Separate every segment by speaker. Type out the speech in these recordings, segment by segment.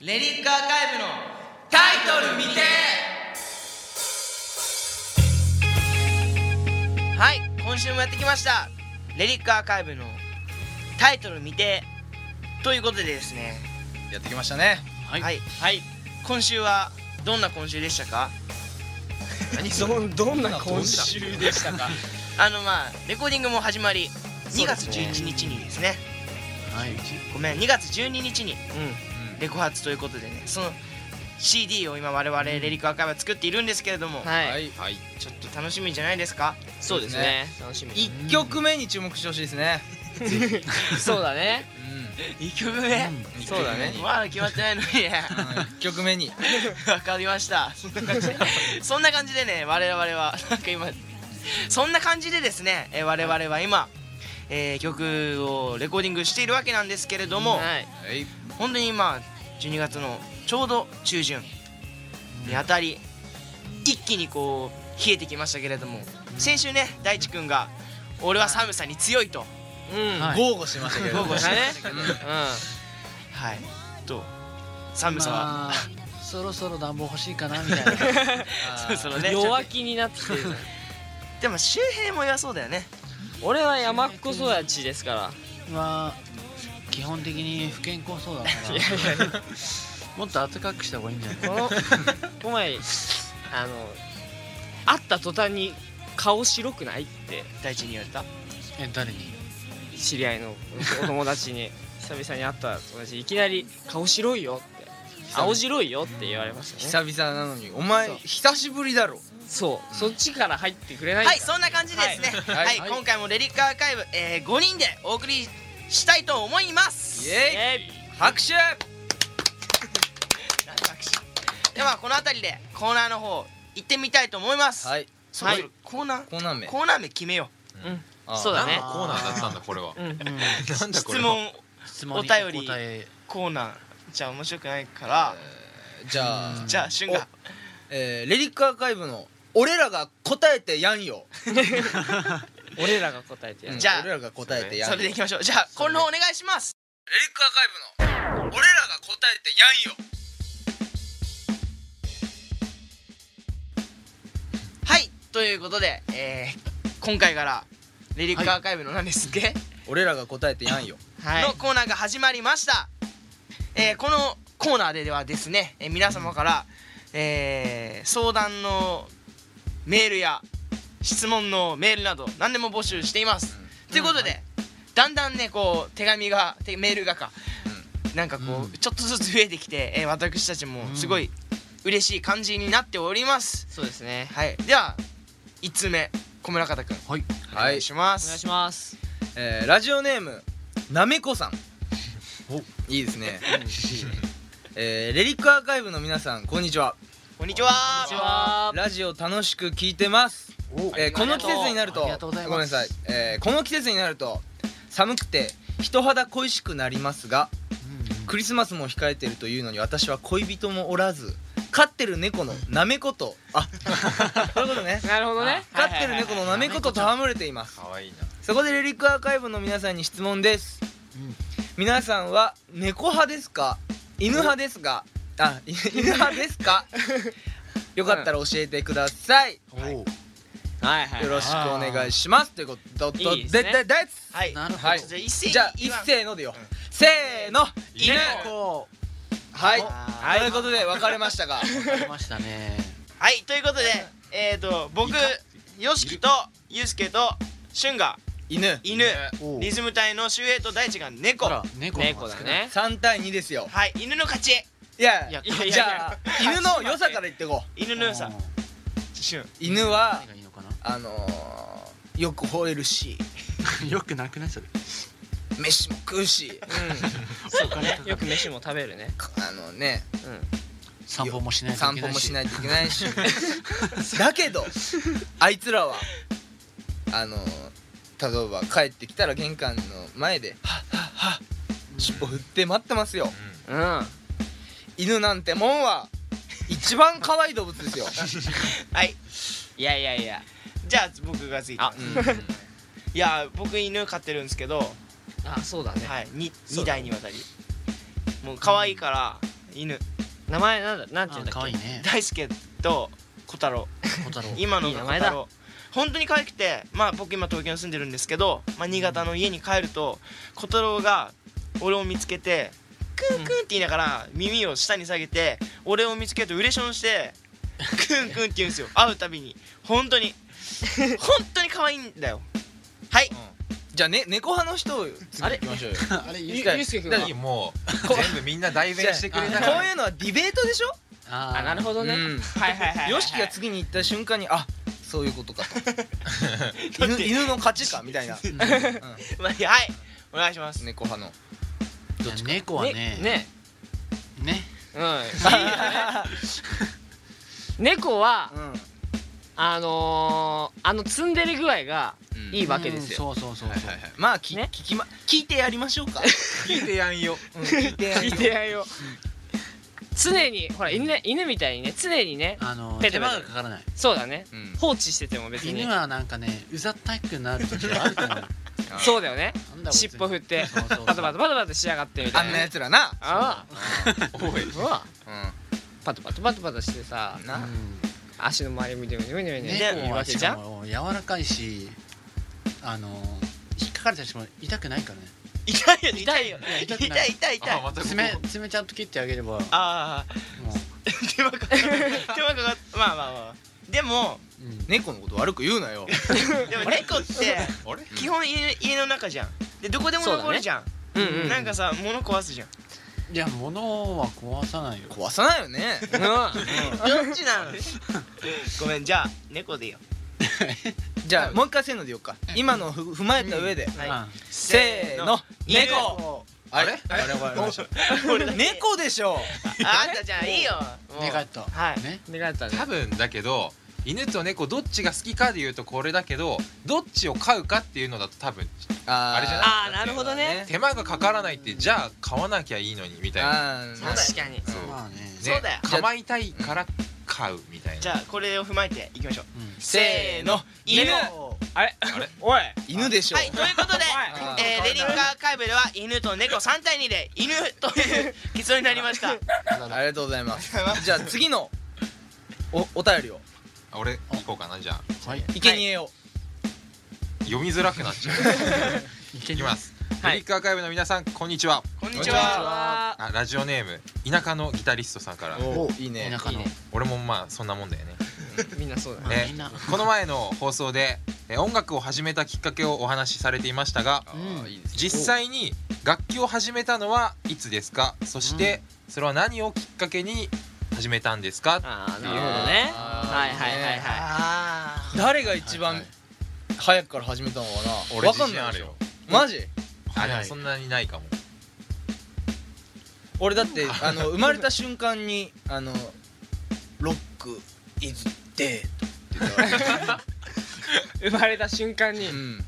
Speaker 1: レリックアーカイブのタイトル未定はい今週もやってきましたレリックアーカイブのタイトル未定ということでですね
Speaker 2: やってきましたね
Speaker 1: はい、はい今週はどんな今週でしたか
Speaker 3: どんどんな今週
Speaker 2: 週でしたか
Speaker 1: あのまあレコーディングも始まり2月
Speaker 3: そうです
Speaker 1: 11日にですね
Speaker 3: はい
Speaker 1: ごめん2月12日に
Speaker 3: う
Speaker 1: レコ発ということでねその CD を今我々レリックアーカイブは作っているんですけれども、
Speaker 3: ん
Speaker 4: はい、
Speaker 3: いはい
Speaker 1: ちょっと楽しみじゃないですか
Speaker 4: そうですね。楽しみ。
Speaker 2: 一曲目に注目してほしいですね
Speaker 4: そうだね。
Speaker 1: 1曲目、
Speaker 4: そうだね
Speaker 1: まだ決まってないのにね
Speaker 2: 1曲目に
Speaker 1: わかりました そんな感じでそんな感じでね我々はなんか今そんな感じでですねえー我々は今、えー曲をレコーディングしているわけなんですけれども、
Speaker 4: はい。
Speaker 2: はい
Speaker 1: 本当に今12月のちょうど中旬にあたり一気にこう冷えてきましたけれども先週ね大地君が「俺は寒さに強い」と
Speaker 4: うん。
Speaker 3: はい
Speaker 2: 豪語してましたけど
Speaker 1: 豪語してましたけど
Speaker 4: うん。
Speaker 1: はいと寒さは
Speaker 3: まあそろそろ暖房欲しいかなみたいな
Speaker 1: そ ろそろね
Speaker 4: 弱気になってきてる。
Speaker 1: でも周平も弱そうだよね
Speaker 4: 俺は山っ子育ちですから。
Speaker 3: まあ基本的に不健康そうだからもっと暖かくした方がいいんじゃない
Speaker 4: この、この前、あの、会った途端に顔白くないって
Speaker 1: 大地に言われた
Speaker 3: え誰に
Speaker 4: 知り合いのお友達に 久々に会った友達にいきなり顔白いよって。青白いよって言われましたね。
Speaker 2: 久々なのにお前
Speaker 4: そう
Speaker 2: 久しぶりだろ
Speaker 4: そう、そっちから入ってくれないん
Speaker 1: は
Speaker 4: だ
Speaker 1: いそんな感じですね
Speaker 2: はい
Speaker 1: はい
Speaker 2: はい
Speaker 1: 今回も「レリックアーカイブ」え5人でお送りしたいと思います
Speaker 2: イエ
Speaker 4: え
Speaker 2: イ拍手
Speaker 1: なんか拍手ではこの辺りでコーナーの方行ってみたいと思います
Speaker 2: はい
Speaker 1: そろそろコーナー、
Speaker 2: コーナー名
Speaker 1: コーナー名決めよ
Speaker 2: あー
Speaker 4: そうだね
Speaker 5: 何のコーナーだったんだこれは
Speaker 4: ーうん。
Speaker 3: うん
Speaker 5: な
Speaker 1: う
Speaker 5: んだこれ
Speaker 1: 質
Speaker 5: は
Speaker 1: 問
Speaker 3: 質問に
Speaker 1: お便り
Speaker 3: お答え
Speaker 1: コーナーじゃあ面白くないから
Speaker 2: じゃあ
Speaker 1: じゃあ俊が
Speaker 2: えーレリックアーカイブの俺らが答えてやんよ
Speaker 4: 俺らが答えてやる。
Speaker 1: じゃあ
Speaker 2: 俺らが答えてやん
Speaker 1: そ
Speaker 2: よ
Speaker 1: れでいきましょうじゃあこのお願いします
Speaker 2: レリックアーカイブの俺らが答えてやんよ
Speaker 1: はいということで、えー今回から「レリックアーカイブ」の何ですっけ、
Speaker 2: 俺らが答えてやんよ
Speaker 4: はい
Speaker 1: の。コーナーが始まりました、えーこのコーナーではですね、えー皆様から、えー相談のメールや質問のメールなど何でも募集しています、ということで、だんだんねこう手紙がてメールがか、なんかこう、
Speaker 3: うん
Speaker 1: ちょっとずつ増えてきて、えー私たちもすごい嬉しい感じになっております、
Speaker 4: そうですね。
Speaker 1: はいでは1通目小村方くん
Speaker 3: はい
Speaker 1: お願いしま
Speaker 4: お願い
Speaker 1: す、
Speaker 4: します。
Speaker 2: えーラジオネームなめこさん
Speaker 3: お
Speaker 2: いいですね、えーレリックアーカイブの皆さんこんにちは
Speaker 1: こんにちは
Speaker 4: こんにちは。
Speaker 2: ラジオ楽しく聞いてます、
Speaker 3: お
Speaker 2: えーこの季節になると
Speaker 3: ありがとうございます
Speaker 2: ごめんなさい、えーこの季節になると寒くて人肌恋しくなりますがクリスマスも控えてるというのに私は恋人もおらず飼ってる猫のなめことあそういうことね
Speaker 4: なるほどね。
Speaker 2: 飼ってる猫のなめこと戯れています
Speaker 5: 可愛いな
Speaker 2: そこでレリックアーカイブの皆さんに質問です、
Speaker 3: うん
Speaker 2: 皆さんは猫派ですか犬派ですかあい犬派です かよかったら教えてください、
Speaker 3: おー
Speaker 4: はいはい。
Speaker 2: よろしくお願いしますということで
Speaker 4: いいですね
Speaker 2: ででです
Speaker 1: はい
Speaker 3: なるほど
Speaker 2: はい
Speaker 1: じゃあ一斉に
Speaker 2: じゃあ
Speaker 1: 言
Speaker 2: 一
Speaker 1: わん
Speaker 2: せーのでよ、せーの
Speaker 1: 犬
Speaker 3: こう
Speaker 2: はい
Speaker 1: はい
Speaker 2: ということで分かれま したが
Speaker 3: ありましたね
Speaker 1: はいということでえっ、ー、と僕よしきとゆうすけとしゅんが
Speaker 2: 犬
Speaker 1: 犬
Speaker 3: お
Speaker 1: リズム隊のしゅうえいと大地が
Speaker 3: ほ
Speaker 1: 猫
Speaker 3: ら猫の
Speaker 4: 猫だね。
Speaker 2: 3対2ですよ
Speaker 1: はい犬の勝ち
Speaker 2: いや
Speaker 4: いやいやいや
Speaker 2: じゃあ犬の良さから言ってこう
Speaker 1: 犬
Speaker 3: マスク
Speaker 1: の良さ
Speaker 3: うん
Speaker 1: しゅん
Speaker 2: 犬は
Speaker 3: 何がいいのか
Speaker 2: あのー、よく吠えるし
Speaker 3: な よくなくないそれ
Speaker 2: 飯も食うし
Speaker 4: そうかね。よく飯も食べるね。
Speaker 2: あのね
Speaker 3: 散歩もしないと
Speaker 2: 散
Speaker 3: いけ
Speaker 2: 歩
Speaker 3: ない
Speaker 2: もし
Speaker 3: し
Speaker 2: ないといけない しだけどあいつらはあの例えば帰ってきたら玄関の前で「はっはっは」尻尾振って待ってますよ
Speaker 4: うん。は
Speaker 2: 犬なんてもんは一番可愛い動物ですよ、
Speaker 1: はい
Speaker 4: い。いやいやいや。
Speaker 1: じゃあ僕が次
Speaker 4: あ
Speaker 1: いや僕犬飼ってるんですけど
Speaker 4: あ、そうだね。
Speaker 1: はい 2, 二代にわたりもう可愛いから犬
Speaker 4: 名前なんだなんていうんだっけ
Speaker 3: 可愛いね
Speaker 1: 大輔と小太郎
Speaker 3: 小太郎
Speaker 1: 今のが
Speaker 4: いい名
Speaker 1: 小
Speaker 4: 前だ
Speaker 1: 太郎本当に可愛くてまあ僕今東京に住んでるんですけど、まあ、新潟の家に帰ると小太郎が俺を見つけてクンクンって言いながら耳を下に下げて俺を見つけるとウレションしてクンクンって言うん ですよ会うたびに本当に本当に可愛いんだよはい
Speaker 2: じゃあね猫派の人を次行きましょうよ
Speaker 3: あれ
Speaker 4: ゆ
Speaker 3: ゆ
Speaker 4: ゆうすけくんは
Speaker 5: 何もう全部みんな代弁してくれたか
Speaker 2: こう
Speaker 5: ら
Speaker 2: いうのはディベートでしょ
Speaker 3: あ
Speaker 4: あなるほどね、
Speaker 2: うん
Speaker 1: はいはいはいはいはい
Speaker 2: よしきが次に行った瞬間にあそういうことか と犬犬の勝ちかみたいな、うん
Speaker 1: まあはいお願いします
Speaker 2: 猫派の
Speaker 3: ど猫はねね
Speaker 4: ね
Speaker 3: ね
Speaker 4: うん猫は
Speaker 2: うん
Speaker 4: あのー、あのツンデレ具合がいいわけですよ、
Speaker 3: うんそうそうそうそう
Speaker 2: まあき、
Speaker 4: ね
Speaker 2: 聞きま聞いてやりましょうか、
Speaker 5: 聞いてやんよ
Speaker 2: うん、聞いてやり
Speaker 4: 聞いてやよ常にほら犬ね犬みたいにね常にね
Speaker 3: あの
Speaker 4: ペ
Speaker 3: 手
Speaker 4: テペテ
Speaker 3: 間がかからない
Speaker 4: そうだね
Speaker 2: うん
Speaker 4: 放置してても別に
Speaker 3: 犬はなんかねうざったくなる時があると思う
Speaker 4: そうだよね
Speaker 3: なんだこいつ
Speaker 4: 尻尾振って
Speaker 3: そうそうそう
Speaker 4: バタバタバタバタしやがってみ
Speaker 2: あ
Speaker 4: た
Speaker 2: ん
Speaker 4: いな
Speaker 2: なやつらな
Speaker 4: あ
Speaker 5: おい
Speaker 4: あうわ
Speaker 2: う
Speaker 4: パタパタパタパタしてさ
Speaker 2: ん
Speaker 3: う
Speaker 2: な、
Speaker 3: ん
Speaker 4: 足の周りむにゃむにゃむにゃむにゃって
Speaker 3: 猫
Speaker 4: わ
Speaker 3: は
Speaker 4: け
Speaker 3: し
Speaker 4: じゃ
Speaker 3: か
Speaker 4: ん
Speaker 3: も柔らかいしあの引っかかれたりしても痛くないからね
Speaker 1: 痛いよ痛いよ
Speaker 3: 痛
Speaker 1: 痛
Speaker 3: いよ
Speaker 1: い痛い痛い
Speaker 5: あまたここ
Speaker 3: 爪爪ちゃんと切ってあげればもう
Speaker 1: ああ 手間かかる手間かかるまあまあまあでも
Speaker 3: うん
Speaker 2: 猫のこと悪く言うなよ
Speaker 1: でも猫って
Speaker 5: あれ
Speaker 1: 基本家家の中じゃんでどこでも
Speaker 4: そうだね
Speaker 1: 登るじゃん、
Speaker 4: うんう
Speaker 3: うん
Speaker 4: ん
Speaker 1: なんかさ物壊すじゃん
Speaker 3: いや物は壊さないよ
Speaker 2: 壊さないよね
Speaker 1: どっちなのごめんじゃあ猫でいいよ
Speaker 2: じゃあもう一回せーので言おうか今のをふ踏まえた上で、
Speaker 1: はい
Speaker 3: あ
Speaker 2: せーの
Speaker 1: せー
Speaker 2: 猫あれあれあれあれ猫でしょ
Speaker 1: あんたじゃあいいよもう
Speaker 3: 寝返った
Speaker 1: はい
Speaker 3: ね
Speaker 4: 寝返ったね
Speaker 5: 多分だけど犬と猫どっちが好きかで言うとこれだけどどっちを飼うかっていうのだと多分
Speaker 2: あ
Speaker 5: あれじゃない
Speaker 4: ああなるほどね
Speaker 5: 手間がかからないってじゃあ飼わなきゃいいのにみたいな
Speaker 2: あー
Speaker 1: そうだよ
Speaker 4: 確かに
Speaker 5: うん
Speaker 3: まあね
Speaker 1: そうだよ
Speaker 5: 構いたいから飼うみたいな
Speaker 1: じゃあこれを踏まえていきましょう
Speaker 3: うん
Speaker 1: せーの犬
Speaker 4: あれ
Speaker 5: あれ
Speaker 4: おい
Speaker 2: 犬でしょ
Speaker 1: はいということで
Speaker 4: は、い
Speaker 1: えー、レリンガーカイブでは犬と猫3対2で犬という結論になりました
Speaker 2: ありがとうございます
Speaker 1: ありがとうございま
Speaker 2: じゃあ次のおお便りを
Speaker 5: あ俺聞こうかなじゃあ
Speaker 3: はい
Speaker 2: 生贄を
Speaker 5: 読みづらくなっちゃう
Speaker 3: いけ
Speaker 5: いきます
Speaker 4: はい
Speaker 5: リリックアーカイブの皆さんこんにちは
Speaker 1: こんに
Speaker 2: こんに
Speaker 1: ち
Speaker 2: ち
Speaker 1: は
Speaker 2: は
Speaker 5: あラジオネーム田舎のギタリストさんから
Speaker 2: おいいね
Speaker 3: 田舎の
Speaker 4: いいね
Speaker 5: 俺もまあそんなもんだよね
Speaker 4: みんなそうだね
Speaker 3: まあ
Speaker 5: ね
Speaker 3: みんな
Speaker 5: この前の放送でえ音楽を始めたきっかけをお話しされていましたが
Speaker 3: うん
Speaker 2: いいです
Speaker 5: 実際に楽器を始めたのはいつですかそしてそれは何をきっかけに始めたんですか
Speaker 4: ああなるほどね
Speaker 2: あー
Speaker 4: はいはいはいは
Speaker 1: あ
Speaker 2: 誰が一
Speaker 3: は
Speaker 2: 番
Speaker 3: い
Speaker 2: 早くから始めたのかな
Speaker 5: 俺
Speaker 2: わか
Speaker 5: 自
Speaker 2: ん
Speaker 5: 信
Speaker 2: ない
Speaker 5: あ
Speaker 2: で
Speaker 5: る
Speaker 2: しょ
Speaker 5: よ
Speaker 2: マジ
Speaker 5: あ
Speaker 3: はい
Speaker 5: でもそんなにないかも
Speaker 2: 俺だってあの生まれた瞬間にあのロックイズデートって言ったから
Speaker 4: い生まれた瞬間 に
Speaker 2: うん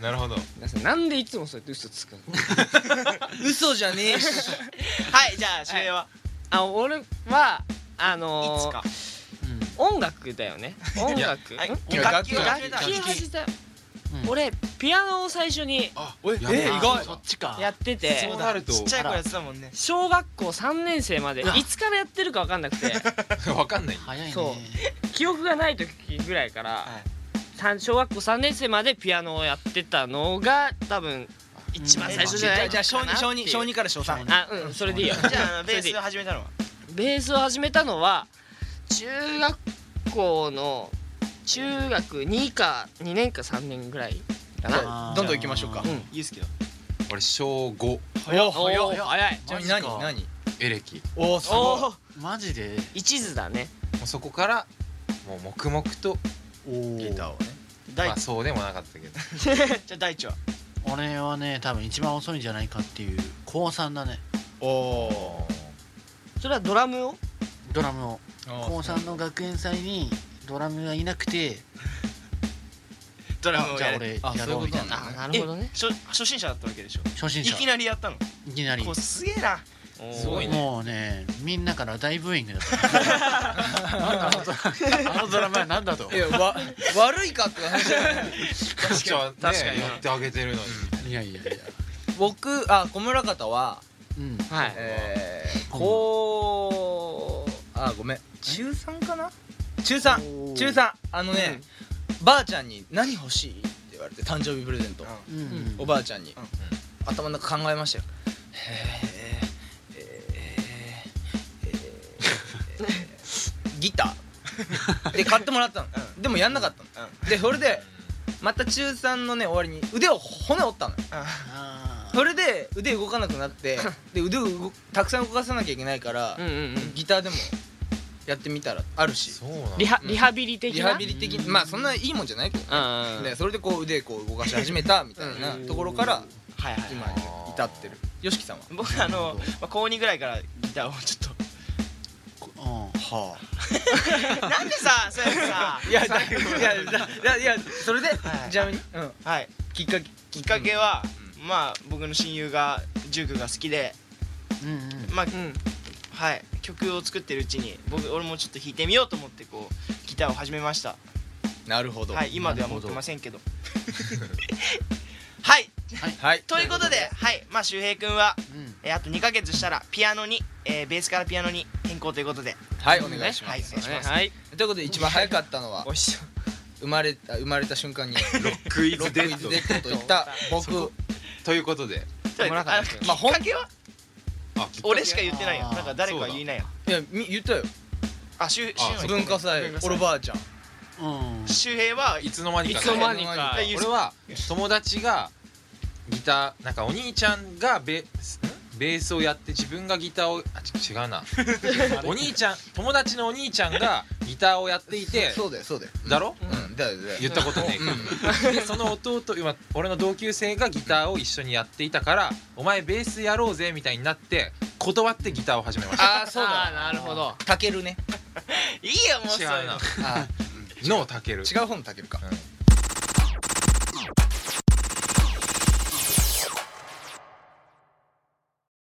Speaker 5: なるほど
Speaker 4: 皆さんなんでいつもそうやって嘘つくの
Speaker 2: 嘘じゃねえし
Speaker 1: ーはいじゃあ指令は
Speaker 4: あ俺はあ
Speaker 1: い
Speaker 4: のー、
Speaker 1: つか
Speaker 3: うん
Speaker 4: 音楽だよね音楽ん
Speaker 1: はい
Speaker 4: 楽
Speaker 2: いや
Speaker 1: 楽器を始
Speaker 2: 楽器
Speaker 1: めたの
Speaker 4: 器始めた
Speaker 3: うん
Speaker 4: 俺ピアノを最初に
Speaker 5: あ
Speaker 2: え
Speaker 5: やべ
Speaker 2: え意外
Speaker 3: そっちか
Speaker 4: やってて
Speaker 5: そうなると
Speaker 1: ちっちゃい子やってたもんね
Speaker 4: 小学校3年生まで
Speaker 3: うわ
Speaker 4: いつからやってるか分かんなくて
Speaker 5: わかんない
Speaker 3: 早いね
Speaker 4: そう記憶がない時ぐらいから
Speaker 1: はい
Speaker 4: さん小学校3年生までピアノをやってたのが多分一番最初じゃない
Speaker 2: じゃあ小
Speaker 4: かな
Speaker 2: 二
Speaker 4: ってい
Speaker 2: 小
Speaker 4: う
Speaker 2: 二小二から小三
Speaker 4: あうんそれでいいよ
Speaker 1: じ ゃあベースを始めたのは
Speaker 4: ベースを始めたのは中学校の中学2か2年か3年ぐらいかな
Speaker 3: あー
Speaker 2: どんどん行きましょうか
Speaker 4: うん
Speaker 1: ユうスケだ
Speaker 5: 俺小5
Speaker 2: 早っ
Speaker 4: お
Speaker 2: 早
Speaker 4: ー
Speaker 2: っ
Speaker 4: 早い
Speaker 2: ちなみに
Speaker 3: マジ
Speaker 2: 何
Speaker 3: か
Speaker 2: 何
Speaker 5: エレキ
Speaker 2: おおす
Speaker 4: お
Speaker 2: ご
Speaker 4: お
Speaker 3: マジで
Speaker 4: 一途だね
Speaker 5: もうそこからもう黙々と
Speaker 2: いギターをね
Speaker 1: 大
Speaker 5: まあそうでもなかったけど
Speaker 1: じゃあ大地は
Speaker 3: 俺はね多分一番遅いんじゃないかっていう高3だね
Speaker 2: おお
Speaker 4: それはドラムを
Speaker 3: ドラムを高
Speaker 2: ー
Speaker 3: 3の学園祭にドラムがいなくて
Speaker 1: ドラムを
Speaker 3: じゃあ
Speaker 1: やる
Speaker 3: 俺
Speaker 2: あ
Speaker 3: やろう
Speaker 2: そういうこ
Speaker 3: みたい
Speaker 2: となんだ
Speaker 3: な
Speaker 4: あなるほどね
Speaker 1: 初初心者だったわけでしょ
Speaker 3: 初心
Speaker 1: い
Speaker 3: 者
Speaker 1: きなりやったの
Speaker 3: いきなり
Speaker 1: こうすげえな
Speaker 5: すごいね
Speaker 3: もうねみんなから大ブーイングだったなんだあのあのドラマはなんだと
Speaker 2: いやわ 悪いかって話じゃない
Speaker 5: 確か
Speaker 4: 確かに
Speaker 5: やってあげてるのに
Speaker 3: いやいやいや
Speaker 2: 僕あ小村方は
Speaker 3: うん
Speaker 4: はい
Speaker 2: えー、こうあごめん中3かな中3
Speaker 3: おー
Speaker 2: 中3あのね、ばあちゃんに「何欲しい?」って言われて誕生日プレゼント、
Speaker 3: うんうん
Speaker 2: おばあちゃんに、
Speaker 1: うんうん
Speaker 2: 頭の中考えましたよへーえーえーえーギターで買ってもらったの、でもやんなかったの、でそれでまた中3のね終わりに腕を骨折ったのよ
Speaker 3: あー
Speaker 2: それで腕動かなくなってで腕を動たくさん動かさなきゃいけないから、
Speaker 4: うんうんうん
Speaker 2: ギターでもやってみたらあるし
Speaker 5: そうなんだ
Speaker 4: リハリハビリ的
Speaker 2: リ
Speaker 4: な
Speaker 2: ハビリ的にまあそんないいもんじゃないけどね
Speaker 4: うんうん
Speaker 2: でそれでこう腕こう動かし始めたみたいなところから
Speaker 1: はいはい
Speaker 2: 今に至ってるよしきさんは
Speaker 1: 僕あの、まあ、高2ぐらいからギターをちょっ
Speaker 3: うん
Speaker 2: は
Speaker 1: となんでさそうやってさ
Speaker 2: あいやだいやだいやいやそれで
Speaker 1: はい
Speaker 2: ちなみにうん
Speaker 1: はい
Speaker 2: きっかけ
Speaker 1: きっかけは、まあ僕の親友が塾が好きで
Speaker 3: うんうん
Speaker 1: まあ、はい曲を作ってるうちに僕俺もちょっと弾いてみようと思ってこうギターを始めました
Speaker 2: なるほど
Speaker 1: はい今では持
Speaker 3: な
Speaker 1: っ
Speaker 3: るほど
Speaker 1: てませんけど はい
Speaker 2: はい
Speaker 1: ということではいまあ周平君は、
Speaker 3: うん
Speaker 1: えーあと2ヶ月したらピアノに、えーベースからピアノに変更ということで
Speaker 2: はいお願いしま
Speaker 1: はい
Speaker 2: す
Speaker 1: お願いします、
Speaker 4: はい
Speaker 2: ということで一番早かったのは
Speaker 1: おいしそう
Speaker 2: 生まれた生まれた瞬間に
Speaker 5: ロックイ
Speaker 2: ロッ
Speaker 5: ズ
Speaker 2: ク
Speaker 5: デ
Speaker 2: イ
Speaker 5: ッ
Speaker 2: ズ
Speaker 5: ド
Speaker 2: デッドと言った僕
Speaker 5: ということで
Speaker 1: あのき
Speaker 2: まあ
Speaker 1: っ
Speaker 2: 本
Speaker 1: かけは
Speaker 5: あきっかけ
Speaker 1: 俺しか言ってないよ
Speaker 3: あー
Speaker 1: なんか誰かは言いないよ
Speaker 2: いやみ言ったよ
Speaker 1: あ周周平は言って
Speaker 2: 文
Speaker 1: ない
Speaker 2: 化祭
Speaker 1: 文化祭
Speaker 2: 俺ばあちゃん
Speaker 3: うん
Speaker 1: 周平はい
Speaker 5: つの間にか
Speaker 4: いつの間に
Speaker 2: いつの
Speaker 4: か
Speaker 1: 間にか
Speaker 5: 俺は友達がギターなんかお兄ちゃんがベんベースをやって自分がギターをあち違 うなお兄ちゃん友達のお兄ちゃんがギターをやっていて
Speaker 2: そうだよそうだよ
Speaker 5: だろ
Speaker 2: うんだよだよ
Speaker 5: 言ったことねえでその弟今俺の同級生がギターを一緒にやっていたからお前ベースやろうぜみたいになって断ってギターを始めました
Speaker 2: ああそう
Speaker 4: あ
Speaker 2: だ
Speaker 4: ーなるほど
Speaker 2: たけるね
Speaker 1: いいよもうそれ
Speaker 5: 違うな
Speaker 2: あ
Speaker 5: のたける
Speaker 2: 違う方のたけるか
Speaker 5: うん